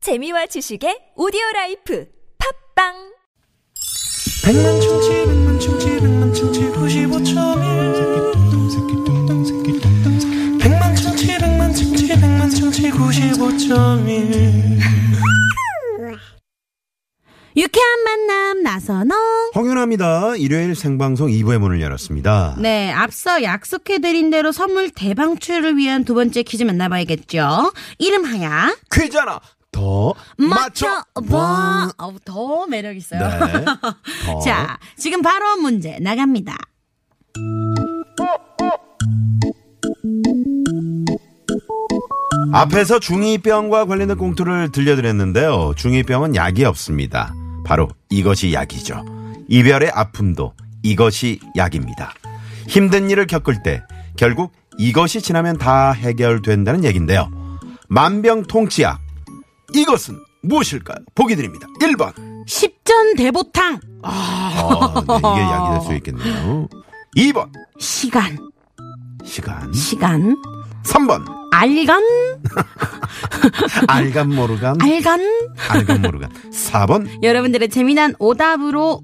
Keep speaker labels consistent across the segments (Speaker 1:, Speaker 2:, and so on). Speaker 1: 재미와 지식의 오디오 라이프 팝빵
Speaker 2: 백만 충치 백만 충치 백만 충치 95.1 백만 충치 백만 충치 백만 충치 95.1
Speaker 3: 유쾌한 만남 나선홍.
Speaker 4: 홍윤아입니다. 일요일 생방송 2부의 문을 열었습니다.
Speaker 3: 네, 앞서 약속해드린 대로 선물 대방출을 위한 두 번째 퀴즈 만나봐야겠죠. 이름하야
Speaker 4: 퀴즈하나 더
Speaker 3: 맞춰봐. 어우, 더 매력 있어요.
Speaker 4: 네. 더.
Speaker 3: 자, 지금 바로 문제 나갑니다.
Speaker 4: 앞에서 중이병과 관련된 꽁투를 들려드렸는데요. 중이병은 약이 없습니다. 바로 이것이 약이죠. 이별의 아픔도 이것이 약입니다. 힘든 일을 겪을 때 결국 이것이 지나면 다 해결된다는 얘긴데요. 만병통치약 이것은 무엇일까요? 보기 드립니다. 1번
Speaker 3: 십전 대보탕
Speaker 4: 아, 네, 이게 약이 될 수 있겠네요. 2번
Speaker 3: 시간
Speaker 4: 시간.
Speaker 3: 시간
Speaker 4: 3번
Speaker 3: 알간
Speaker 4: 알간 모르간
Speaker 3: 알간
Speaker 4: 알간 모르간. 4번
Speaker 3: 여러분들의 재미난 오답으로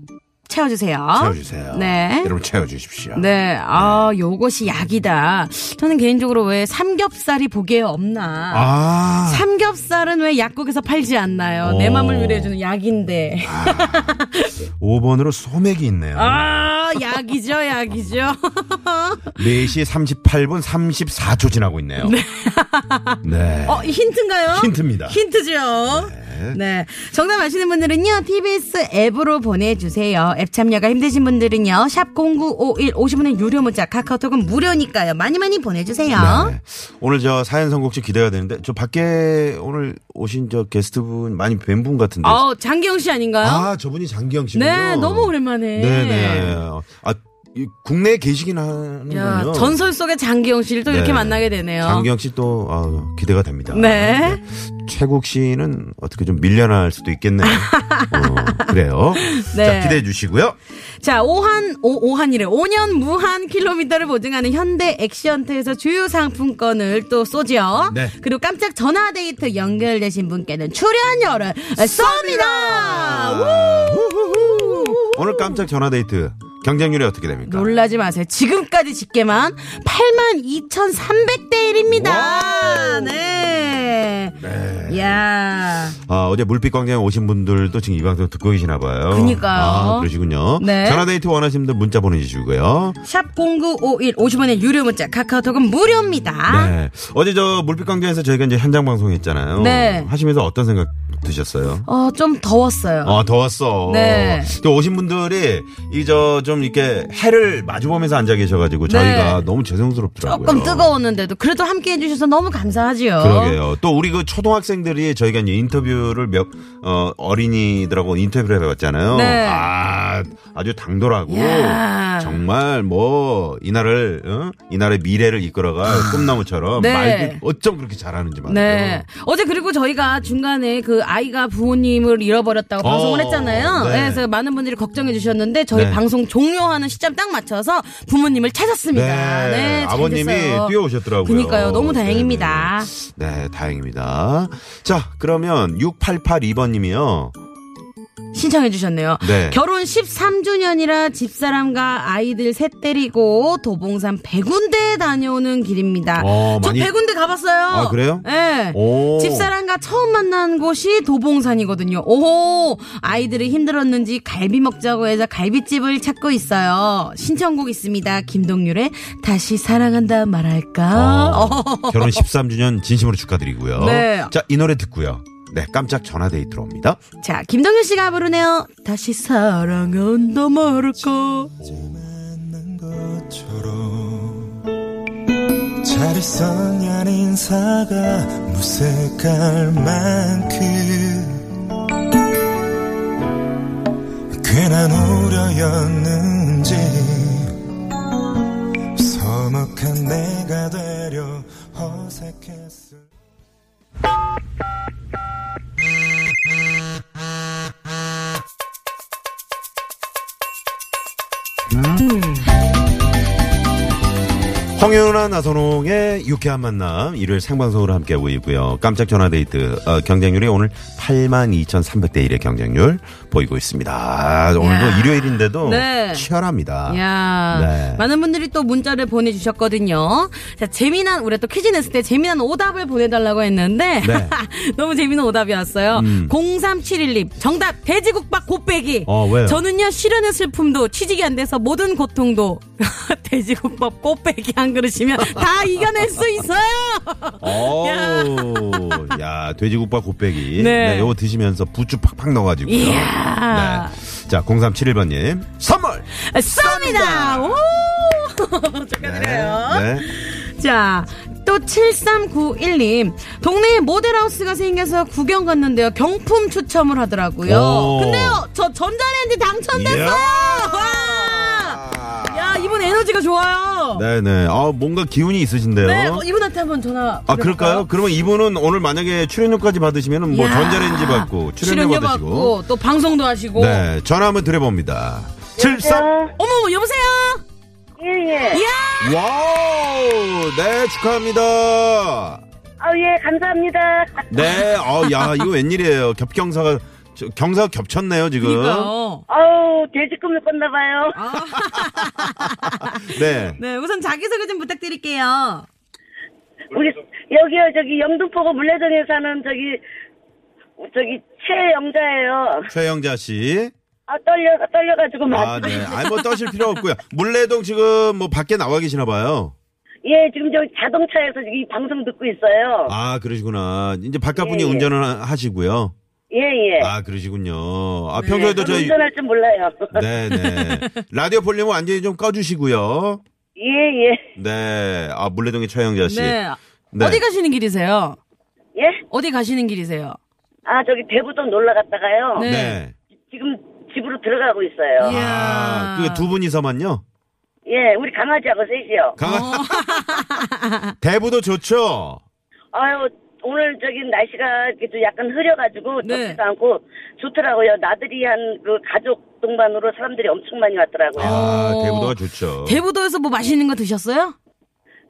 Speaker 3: 채워주세요.
Speaker 4: 채워주세요.
Speaker 3: 어? 네.
Speaker 4: 여러분 채워주십시오.
Speaker 3: 네, 아, 요것이 약이다. 저는 개인적으로 왜 삼겹살이 보기에 없나.
Speaker 4: 아.
Speaker 3: 삼겹살은 왜 약국에서 팔지 않나요? 내
Speaker 4: 오. 아.
Speaker 3: 맘을 위로해주는 약인데.
Speaker 4: 5번으로 소맥이 있네요.
Speaker 3: 아, 약이죠, 약이죠.
Speaker 4: 4시 38분 34초 지나고 있네요. 네.
Speaker 3: 어, 힌트인가요?
Speaker 4: 힌트입니다.
Speaker 3: 힌트죠. 네. 정답 아시는 분들은요, TBS 앱으로 보내주세요. 앱 참여가 힘드신 분들은요, 샵0951 50원의 유료 문자, 카카오톡은 무료니까요. 많이 많이 보내주세요.
Speaker 4: 네. 오늘 저 사연 선곡지 기대가 되는데 저 밖에 오늘 오신 저 게스트분 많이 뵌 분 같은데.
Speaker 3: 어, 장기영 씨 아닌가요?
Speaker 4: 아, 저분이 장기영 씨군요.
Speaker 3: 네, 너무 오랜만에.
Speaker 4: 네네. 아, 이 국내에 계시긴
Speaker 3: 야,
Speaker 4: 하는군요.
Speaker 3: 전설 속의 장기영 씨를 또
Speaker 4: 네.
Speaker 3: 이렇게 만나게 되네요.
Speaker 4: 장기영 씨또 어, 기대가 됩니다.
Speaker 3: 네.
Speaker 4: 최국 씨는 어떻게 좀 밀려날 수도 있겠네요. 어, 그래요.
Speaker 3: 네.
Speaker 4: 자, 기대해 주시고요.
Speaker 3: 자, 오한, 오, 오한이래. 5년 무한 킬로미터를 보증하는 현대 액션트에서 주요 상품권을 또 쏘지요.
Speaker 4: 네.
Speaker 3: 그리고 깜짝 전화 데이트 연결되신 분께는 출연료를 쏩니다! 우!
Speaker 4: 우후후. 오늘 깜짝 전화 데이트 경쟁률이 어떻게 됩니까?
Speaker 3: 놀라지 마세요. 지금까지 집계만 82,300대 1입니다. 네. 네. 야
Speaker 4: 아, 어제 물빛 광장에 오신 분들도 지금 이 방송 듣고 계시나 봐요.
Speaker 3: 그니까요.
Speaker 4: 아, 그러시군요.
Speaker 3: 네.
Speaker 4: 전화 데이트 원하시는 분들 문자 보내주시고요.
Speaker 3: 샵 0951 50원의 유료 문자 카카오톡은 무료입니다.
Speaker 4: 네. 어제 저 물빛 광장에서 저희가 이제 현장 방송했잖아요.
Speaker 3: 네.
Speaker 4: 하시면서 어떤 생각 드셨어요?
Speaker 3: 어, 좀 더웠어요.
Speaker 4: 아, 더웠어.
Speaker 3: 네.
Speaker 4: 또 오신 분들이 이 저 좀 이렇게 해를 마주보면서 앉아 계셔가지고 저희가 너무 죄송스럽더라고요.
Speaker 3: 네. 조금 뜨거웠는데도 그래도 함께 해주셔서 너무 감사하지요.
Speaker 4: 그렇죠. 그러게요. 또 우리 그 초등학생들이 저희가 이제 인터뷰를 몇, 어, 어린이들하고 인터뷰를 해봤잖아요.
Speaker 3: 네.
Speaker 4: 아, 아주 당돌하고.
Speaker 3: 야.
Speaker 4: 정말 뭐, 이 나라를, 어? 이 나라의 미래를 이끌어갈 꿈나무처럼
Speaker 3: 네.
Speaker 4: 말도 어쩜 그렇게 잘하는지 말이죠.
Speaker 3: 네. 어제 그리고 저희가 중간에 그 아이가 부모님을 잃어버렸다고
Speaker 4: 어,
Speaker 3: 방송을 했잖아요.
Speaker 4: 네.
Speaker 3: 네, 그래서 많은 분들이 걱정해 주셨는데 저희
Speaker 4: 네.
Speaker 3: 방송 종료하는 시점 딱 맞춰서 부모님을 찾았습니다.
Speaker 4: 네.
Speaker 3: 네. 잘
Speaker 4: 아버님이
Speaker 3: 됐어요.
Speaker 4: 뛰어오셨더라고요.
Speaker 3: 그니까요. 너무 다행입니다.
Speaker 4: 네네. 네, 다행입니다. 자, 그러면 6882번님이요.
Speaker 3: 신청해 주셨네요.
Speaker 4: 네.
Speaker 3: 결혼 13주년이라 집사람과 아이들 셋 데리고 도봉산 백운대 다녀오는 길입니다.
Speaker 4: 어,
Speaker 3: 저
Speaker 4: 많이-
Speaker 3: 백운대 가봤어요.
Speaker 4: 아, 그래요?
Speaker 3: 네.
Speaker 4: 오.
Speaker 3: 집사람과 처음 만난 곳이 도봉산이거든요. 오, 아이들이 힘들었는지 갈비 먹자고 해서 갈비집을 찾고 있어요. 신청곡 있습니다. 김동률의 다시 사랑한다 말할까?
Speaker 4: 어, 결혼 13주년 진심으로 축하드리고요.
Speaker 3: 네.
Speaker 4: 자, 이 노래 듣고요. 네, 깜짝 전화 데이트로 옵니다.
Speaker 3: 자, 김동률 씨가 부르네요. 다시 사랑한다 말할까?
Speaker 2: 만난 것처럼 잘 있었냐는 인사가 무색할 만큼 괜한 우려였는지 서먹한 내가 되려 어색했을
Speaker 4: 홍윤아 나선홍의 유쾌한 만남 일요일 생방송으로 함께하고 있고요. 깜짝 전화데이트 어, 경쟁률이 오늘 82,300대 1의 경쟁률 보이고 있습니다. 아, 오늘도
Speaker 3: 야.
Speaker 4: 일요일인데도
Speaker 3: 네.
Speaker 4: 치열합니다.
Speaker 3: 야
Speaker 4: 아, 네.
Speaker 3: 많은 분들이 또 문자를 보내주셨거든요. 자, 재미난, 우리 가 또 퀴즈 냈을 때 재미난 오답을 보내달라고 했는데,
Speaker 4: 네. 음.
Speaker 3: 너무 재미난 오답이 왔어요. 0371님, 정답, 돼지국밥 곱빼기.
Speaker 4: 어, 왜요?
Speaker 3: 저는요, 실현의 슬픔도, 취직이 안 돼서 모든 고통도, 돼지국밥 곱빼기 한 그릇이면 다 이겨낼 수 있어요!
Speaker 4: 오, 야, 돼지국밥 곱빼기.
Speaker 3: 네.
Speaker 4: 네. 요거 드시면서 부추 팍팍 넣어가지고요.
Speaker 3: 이야.
Speaker 4: 네. 자, 0371번님. 선물!
Speaker 3: 쏩니다! 오! 축하드려요.
Speaker 4: 네.
Speaker 3: 자, 또 7391님. 동네에 모델하우스가 생겨서 구경 갔는데요. 경품 추첨을 하더라고요.
Speaker 4: 오.
Speaker 3: 근데요, 저 전자레인지 당첨됐어요! 와! 야, 이분 에너지가 좋아요. 네.
Speaker 4: 네. 네네. 아, 뭔가 기운이 있으신데요.
Speaker 3: 어, 이분한테 한번 전화.
Speaker 4: 아, 그럴까요? 그러면 이분은 오늘 만약에 출연료까지 받으시면 뭐
Speaker 3: 야.
Speaker 4: 전자레인지 받고 출연료,
Speaker 3: 출연료
Speaker 4: 받으시고.
Speaker 3: 받고, 또 방송도 하시고.
Speaker 4: 네. 전화 한번 드려봅니다. 73.
Speaker 3: 어머, 어머, 여보세요?
Speaker 5: 예예.
Speaker 4: 와우! 네, 축하합니다.
Speaker 5: 아우 예 감사합니다.
Speaker 4: 네. 어, 야, 이거 웬일이에요. 겹경사가, 저, 경사가 겹쳤네요, 지금.
Speaker 3: 그러니까요.
Speaker 5: 아우 돼지꿈을 꿨나 봐요.
Speaker 4: 아, 네.
Speaker 3: 네, 우선 자기소개 좀 부탁드릴게요.
Speaker 5: 우리 여기요 저기 영등포구 물레동에 사는 저기 저기 최영자예요.
Speaker 4: 최영자 씨.
Speaker 5: 아 떨려 떨려가지고
Speaker 4: 아,
Speaker 5: 막.
Speaker 4: 네. 아니, 뭐 떠실 필요 없고요. 물레동 지금 뭐 밖에 나와 계시나 봐요.
Speaker 5: 예 지금 저 자동차에서 이 방송 듣고 있어요.
Speaker 4: 아, 그러시구나. 이제 바깥 분이
Speaker 5: 예, 예.
Speaker 4: 운전을 하- 하시고요.
Speaker 5: 예예. 네,
Speaker 4: 아, 그러시군요. 아, 평소에도 저희.
Speaker 5: 운전할 줄 몰라요.
Speaker 4: 네, 네. 라디오 볼륨은 완전히 좀 꺼주시고요.
Speaker 5: 예예.
Speaker 4: 네. 아, 물레동의 최영자 씨.
Speaker 3: 네.
Speaker 4: 네.
Speaker 3: 어디 가시는 길이세요?
Speaker 5: 예?
Speaker 3: 어디 가시는 길이세요?
Speaker 5: 아 저기 대부동 놀러 갔다가요.
Speaker 3: 네.
Speaker 4: 네.
Speaker 5: 지금 집으로 들어가고 있어요.
Speaker 3: 예.
Speaker 4: 아, 그 두 분이서만요?
Speaker 5: 예 우리 강아지하고 셋이요.
Speaker 3: 어.
Speaker 4: 강아. 대부도 좋죠?
Speaker 5: 아유 오늘 저기 날씨가 이렇게 좀 약간 흐려가지고
Speaker 3: 네.
Speaker 5: 덥지도 않고 좋더라고요. 나들이 한 그 가족 동반으로 사람들이 엄청 많이 왔더라고요.
Speaker 4: 아,
Speaker 3: 어.
Speaker 4: 대부도가 좋죠.
Speaker 3: 대부도에서 뭐 맛있는 거 드셨어요?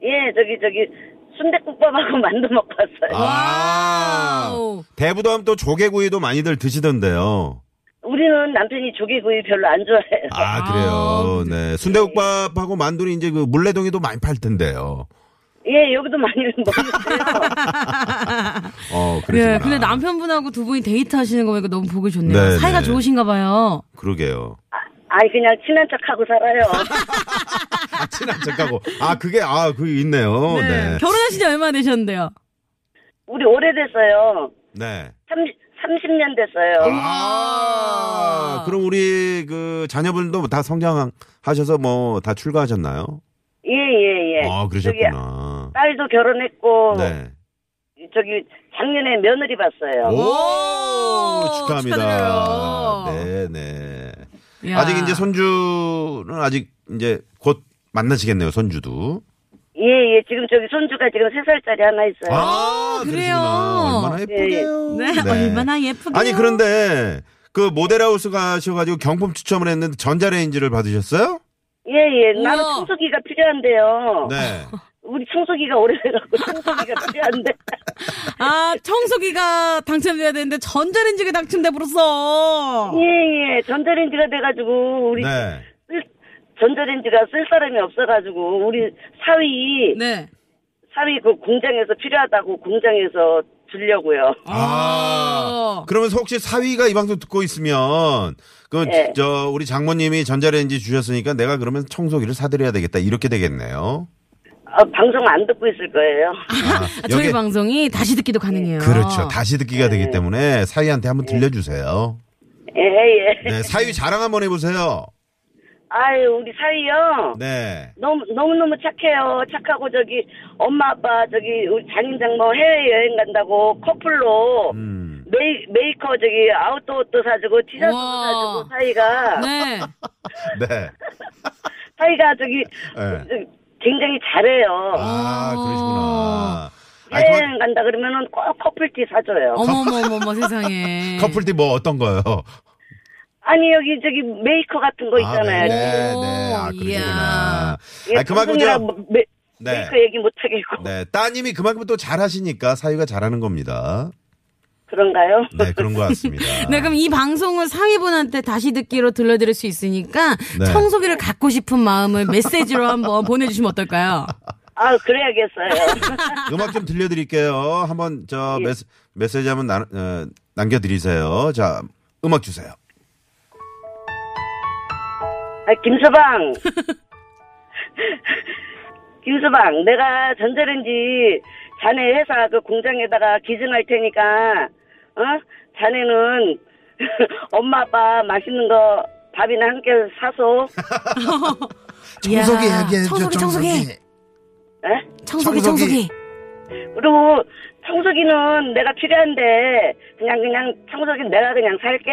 Speaker 5: 예, 저기 저기 순대국밥하고 만두 먹고 왔어요.
Speaker 4: 아.
Speaker 3: 와우.
Speaker 4: 대부도 하면 또 조개구이도 많이들 드시던데요.
Speaker 5: 우리는 남편이 조개구이 별로 안 좋아해요.
Speaker 4: 아, 그래요. 네. 순대국밥하고 만두는 이제 그 물레동에도 많이 팔 텐데요.
Speaker 5: 예, 여기도 많이 먹었어요.
Speaker 4: 어,
Speaker 3: 네,
Speaker 4: 그러시구나.
Speaker 3: 근데 남편분하고 두 분이 데이트 하시는 거 보니까 너무 보기 좋네요.
Speaker 4: 네,
Speaker 3: 사이가
Speaker 4: 네.
Speaker 3: 좋으신가 봐요.
Speaker 4: 그러게요.
Speaker 5: 아이 그냥 친한 척하고 살아요.
Speaker 4: 아, 친한 척하고. 아, 그게, 아, 그게 있네요. 네.
Speaker 3: 결혼하신 지 얼마나 되셨는데요?
Speaker 5: 우리 오래됐어요.
Speaker 4: 네.
Speaker 5: 30, 30년 됐어요.
Speaker 3: 아.
Speaker 4: 아, 그럼 우리 그 자녀분도 다 성장하셔서 뭐 다 출가하셨나요?
Speaker 5: 예, 예, 예.
Speaker 4: 아, 그러셨구나.
Speaker 5: 저기 딸도 결혼했고
Speaker 4: 네.
Speaker 5: 저기 작년에 며느리 봤어요.
Speaker 4: 오, 축하합니다.
Speaker 3: 축하드려요.
Speaker 4: 네, 네.
Speaker 3: 이야.
Speaker 4: 아직 이제 손주는 아직 이제 곧 만나시겠네요, 손주도.
Speaker 5: 예, 예. 지금 저기 손주가 지금 세살짜리 하나 있어요.
Speaker 4: 아,
Speaker 3: 네. 그래요.
Speaker 4: 그러시구나. 얼마나 예쁘게요.
Speaker 3: 네, 얼마나 예쁘게.
Speaker 4: 아니, 그런데 그 모델하우스 가셔가지고 경품 추첨을 했는데 전자레인지를 받으셨어요?
Speaker 5: 예, 예. 나는
Speaker 3: 우와.
Speaker 5: 청소기가 필요한데요.
Speaker 4: 네.
Speaker 5: 우리 청소기가 오래돼갖고 청소기가 필요한데.
Speaker 3: 아, 청소기가 당첨돼야 되는데 전자레인지가 당첨돼 버렸어.
Speaker 5: 예, 예. 전자레인지가 돼가지고, 우리
Speaker 4: 네.
Speaker 5: 쓸, 전자레인지가 쓸 사람이 없어가지고, 우리 사위,
Speaker 3: 네.
Speaker 5: 사위 그 공장에서 필요하다고 공장에서 주려고요.
Speaker 4: 아.
Speaker 3: 어.
Speaker 4: 그러면 혹시 사위가 이 방송 듣고 있으면 그
Speaker 5: 네.
Speaker 4: 저 우리 장모님이 전자레인지 주셨으니까 내가 그러면 청소기를 사드려야 되겠다 이렇게 되겠네요.
Speaker 5: 아, 방송 안 듣고 있을 거예요.
Speaker 4: 아,
Speaker 3: 아, 저희 네. 방송이 다시 듣기도 가능해요.
Speaker 4: 그렇죠. 다시 듣기가 되기 때문에 사위한테 한번
Speaker 3: 네.
Speaker 4: 들려주세요.
Speaker 5: 예, 예.
Speaker 4: 네, 사위 자랑 한번 해보세요.
Speaker 5: 아유, 우리 사위요.
Speaker 4: 네.
Speaker 5: 너무 너무너무 착해요. 착하고 저기 엄마 아빠 저기 우리 장인장모 뭐 해외 여행 간다고 커플로
Speaker 4: 음.
Speaker 5: 메이 메이커 저기 아웃도어도 사주고 티셔츠도
Speaker 3: 우와.
Speaker 5: 사주고 사이가
Speaker 3: 네.
Speaker 4: 네.
Speaker 5: 사이가 저기
Speaker 4: 네.
Speaker 5: 굉장히 잘해요.
Speaker 4: 아 그러시구나. 아니,
Speaker 5: 해외
Speaker 4: 그만-
Speaker 5: 여행 간다 그러면은 꼭 커플티 사줘요.
Speaker 3: 어머머머머 세상에.
Speaker 4: 커플티 뭐 어떤 거요?
Speaker 5: 아니 여기 저기 메이커 같은 거
Speaker 4: 아, 네,
Speaker 5: 있잖아요.
Speaker 4: 네, 네. 아
Speaker 3: 오,
Speaker 4: 그러시구나.
Speaker 3: 이야.
Speaker 5: 예,
Speaker 4: 아 그만 그죠.
Speaker 5: 방송이라 뭐 메-
Speaker 4: 네.
Speaker 5: 그 얘기 못하겠고
Speaker 4: 네, 따님이 그만큼 또 잘하시니까 사위가 잘하는 겁니다.
Speaker 5: 그런가요?
Speaker 4: 네, 그런 것 같습니다.
Speaker 3: 네, 그럼 이 방송을 상위분한테 다시 듣기로 들려드릴 수 있으니까
Speaker 4: 네.
Speaker 3: 청소기를 갖고 싶은 마음을 메시지로 한번 보내주시면 어떨까요?
Speaker 5: 아 그래야겠어요.
Speaker 4: 음악 좀 들려드릴게요. 한번 저 메시, 메시지 한번 나, 어, 남겨드리세요. 자, 음악 주세요.
Speaker 5: 아, 김서방. 김서방, 내가 전자레인지 자네 회사 그 공장에다가 기증할 테니까, 어? 자네는 엄마 아빠 맛있는 거 밥이나 함께 사서,
Speaker 6: 청소기
Speaker 3: 이야,
Speaker 6: 얘기해줘
Speaker 3: 청소기,
Speaker 6: 청소기,
Speaker 3: 청소기.
Speaker 5: 에?
Speaker 3: 청소기,
Speaker 6: 청소기.
Speaker 3: 청소기.
Speaker 5: 그리고 청소기는 내가 필요한데, 그냥, 그냥 청소기 내가 그냥 살게.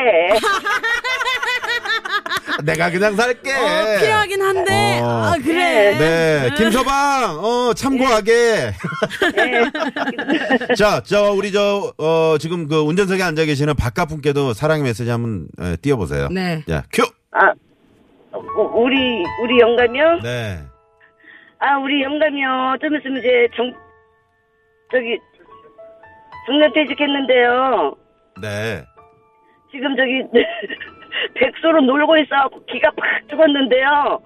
Speaker 4: 내가 그냥 살게.
Speaker 3: 어, 필요하긴 한데.
Speaker 4: 네. 어.
Speaker 3: 아, 그래.
Speaker 4: 네, 김서방, 어, 참고하게. 자, 저, 우리 저, 어, 지금 그 운전석에 앉아 계시는 박가분께도 사랑의 메시지 한번 에, 띄워보세요.
Speaker 3: 네.
Speaker 4: 자, 큐!
Speaker 5: 아, 우- 우리, 우리 영감이요?
Speaker 4: 네.
Speaker 5: 아, 우리 영감이요. 좀 있으면 이제 정, 저기, 정년퇴직했는데요.
Speaker 4: 네.
Speaker 5: 지금 저기, 백수로 놀고 있어갖고 기가 팍 죽었는데요.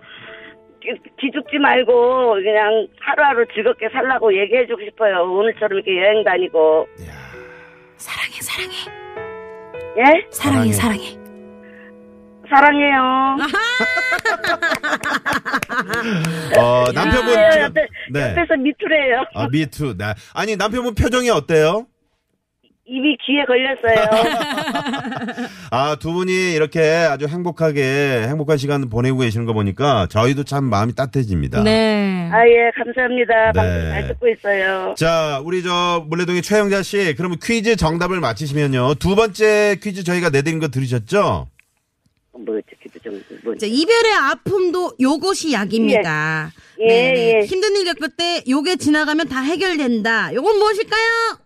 Speaker 5: 기- 기죽지 말고 그냥 하루하루 즐겁게 살라고 얘기해주고 싶어요. 오늘처럼 이렇게 여행 다니고.
Speaker 4: 이야,
Speaker 3: 사랑해, 사랑해.
Speaker 5: 예?
Speaker 3: 사랑해, 사랑해.
Speaker 4: 아.
Speaker 5: 사랑해요.
Speaker 4: 어, 남편분.
Speaker 5: 네,
Speaker 4: 지금-
Speaker 5: 옆에,
Speaker 4: 네.
Speaker 5: 옆에서 미투래요.
Speaker 4: 아, 미투. 네. 아니, 남편분 표정이 어때요?
Speaker 5: 입이 귀에 걸렸어요.
Speaker 4: 아, 두 분이 이렇게 아주 행복하게, 행복한 시간 보내고 계시는 거 보니까 저희도 참 마음이 따뜻해집니다.
Speaker 3: 네.
Speaker 5: 아, 예,
Speaker 4: 네.
Speaker 5: 감사합니다. 방송 잘 듣고 있어요.
Speaker 4: 자, 우리 저 물레동의 최영자 씨, 그러면 퀴즈 정답을 맞히시면요. 두 번째 퀴즈 저희가 내드린 거 들으셨죠?
Speaker 5: 뭐, 어떻게, 좀, 뭐.
Speaker 3: 자, 이별의 아픔도 요것이 약입니다. 네,
Speaker 5: 예. 예, 예.
Speaker 3: 힘든 일 겪을 때 요게 지나가면 다 해결된다. 요건 무엇일까요?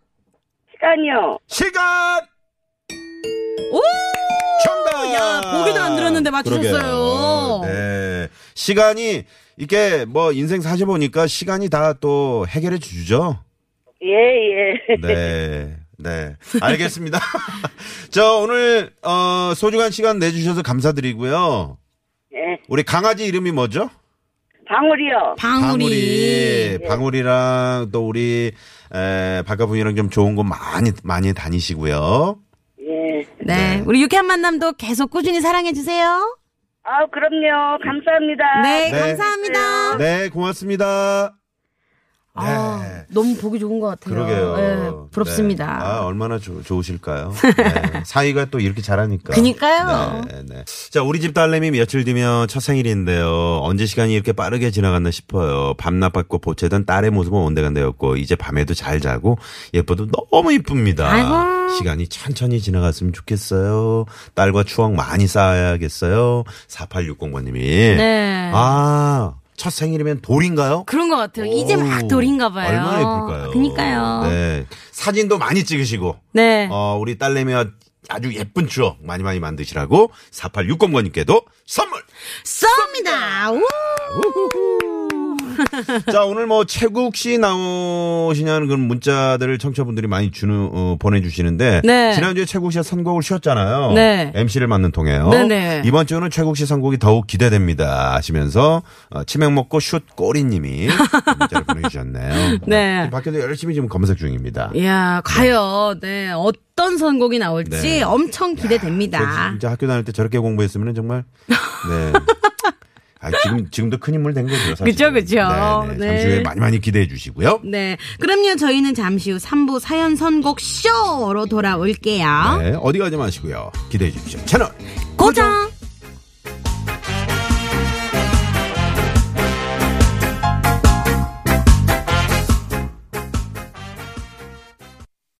Speaker 5: 시간이요.
Speaker 4: 시간!
Speaker 3: 오!
Speaker 4: 정답!
Speaker 3: 어, 야, 보기도 안 들었는데 맞추셨어요.
Speaker 4: 그러게요. 네. 시간이, 이게 뭐 인생 사셔보니까 시간이 다 또 해결해 주죠.
Speaker 5: 예, 예.
Speaker 4: 네. 네. 알겠습니다. 저 오늘, 어, 소중한 시간 내주셔서 감사드리고요.
Speaker 5: 예.
Speaker 4: 우리 강아지 이름이 뭐죠?
Speaker 5: 방울이요. 네.
Speaker 3: 방울이.
Speaker 4: 방울이. 랑또 우리 에, 박가분이랑 좀 좋은 곳 많이 많이 다니시고요.
Speaker 5: 예.
Speaker 3: 네. 우리 유쾌한 만남도 계속 꾸준히 사랑해주세요.
Speaker 5: 아, 그럼요. 감사합니다.
Speaker 3: 네,
Speaker 4: 네.
Speaker 3: 감사합니다.
Speaker 4: 네, 고맙습니다.
Speaker 3: 아,
Speaker 4: 네.
Speaker 3: 너무 보기 좋은 것 같아요.
Speaker 4: 그러게요.
Speaker 3: 예, 부럽습니다.
Speaker 4: 네. 아, 얼마나 좋- 좋으실까요? 네. 사이가 또 이렇게 잘하니까.
Speaker 3: 그니까요.
Speaker 4: 네, 네. 자, 우리 집 딸내미 며칠 뒤면 첫 생일인데요. 언제 시간이 이렇게 빠르게 지나갔나 싶어요. 밤낮 받고 보채던 딸의 모습은 온데간데였고, 이제 밤에도 잘 자고, 예뻐도 너무 이쁩니다.
Speaker 3: 아이고.
Speaker 4: 시간이 천천히 지나갔으면 좋겠어요. 딸과 추억 많이 쌓아야겠어요. 4860번님이.
Speaker 3: 네.
Speaker 4: 아, 첫 생일이면 돌인가요?
Speaker 3: 그런 것 같아요. 이제 막
Speaker 4: 오,
Speaker 3: 돌인가 봐요.
Speaker 4: 얼마나 예쁠까요?
Speaker 3: 그니까요. 네.
Speaker 4: 네. 사진도 많이 찍으시고, 어, 우리 딸내미와 아주 예쁜 추억 많이 많이 만드시라고 4860번님께도 선물!
Speaker 3: 쏩니다. 우!
Speaker 4: 자, 오늘 뭐 최국 씨 나오시냐는 그런 문자들을 청취자분들이 많이 주는, 어, 보내주시는데,
Speaker 3: 네.
Speaker 4: 지난주에 최국 씨가 선곡을 쉬었잖아요.
Speaker 3: 네.
Speaker 4: MC를 맡는 통해요.
Speaker 3: 네네.
Speaker 4: 이번 주는 최국 씨 선곡이 더욱 기대됩니다. 하시면서, 어, 치맥 먹고 슛 꼬리님이 문자를 보내주셨네요. 어,
Speaker 3: 네.
Speaker 4: 밖에도 열심히 지금 검색 중입니다.
Speaker 3: 이야, 과연, 네. 어떤 선곡이 나올지
Speaker 4: 네.
Speaker 3: 엄청
Speaker 4: 저
Speaker 3: 기대됩니다.
Speaker 4: 진짜 학교 다닐 때 저렇게 공부했으면 정말 네. 아, 지금 지금도 큰 인물 된 거죠. 사실.
Speaker 3: 그쵸, 그쵸.
Speaker 4: 네, 네.
Speaker 3: 네.
Speaker 4: 잠시 후에 많이 많이 기대해 주시고요.
Speaker 3: 네. 그럼요, 저희는 잠시 후 3부 사연 선곡 쇼로 돌아올게요. 어?
Speaker 4: 네, 어디 가지 마시고요. 기대해 주십시오. 채널
Speaker 3: 고정.